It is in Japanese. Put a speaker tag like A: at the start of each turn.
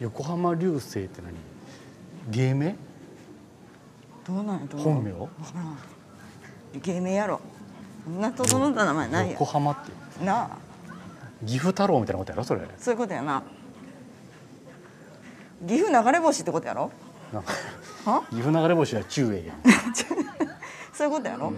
A: 横浜流星って何芸名
B: どうなんやと思う
A: 本名
B: 芸名やろそんな整った名前ないや
A: 横浜って
B: なあ
A: 岐阜太郎みたいなことやろそれ
B: そういうことやな岐阜流れ星ってことやろ
A: なんか
B: は
A: 岐阜流れ星は中英やん
B: そういうことやろ、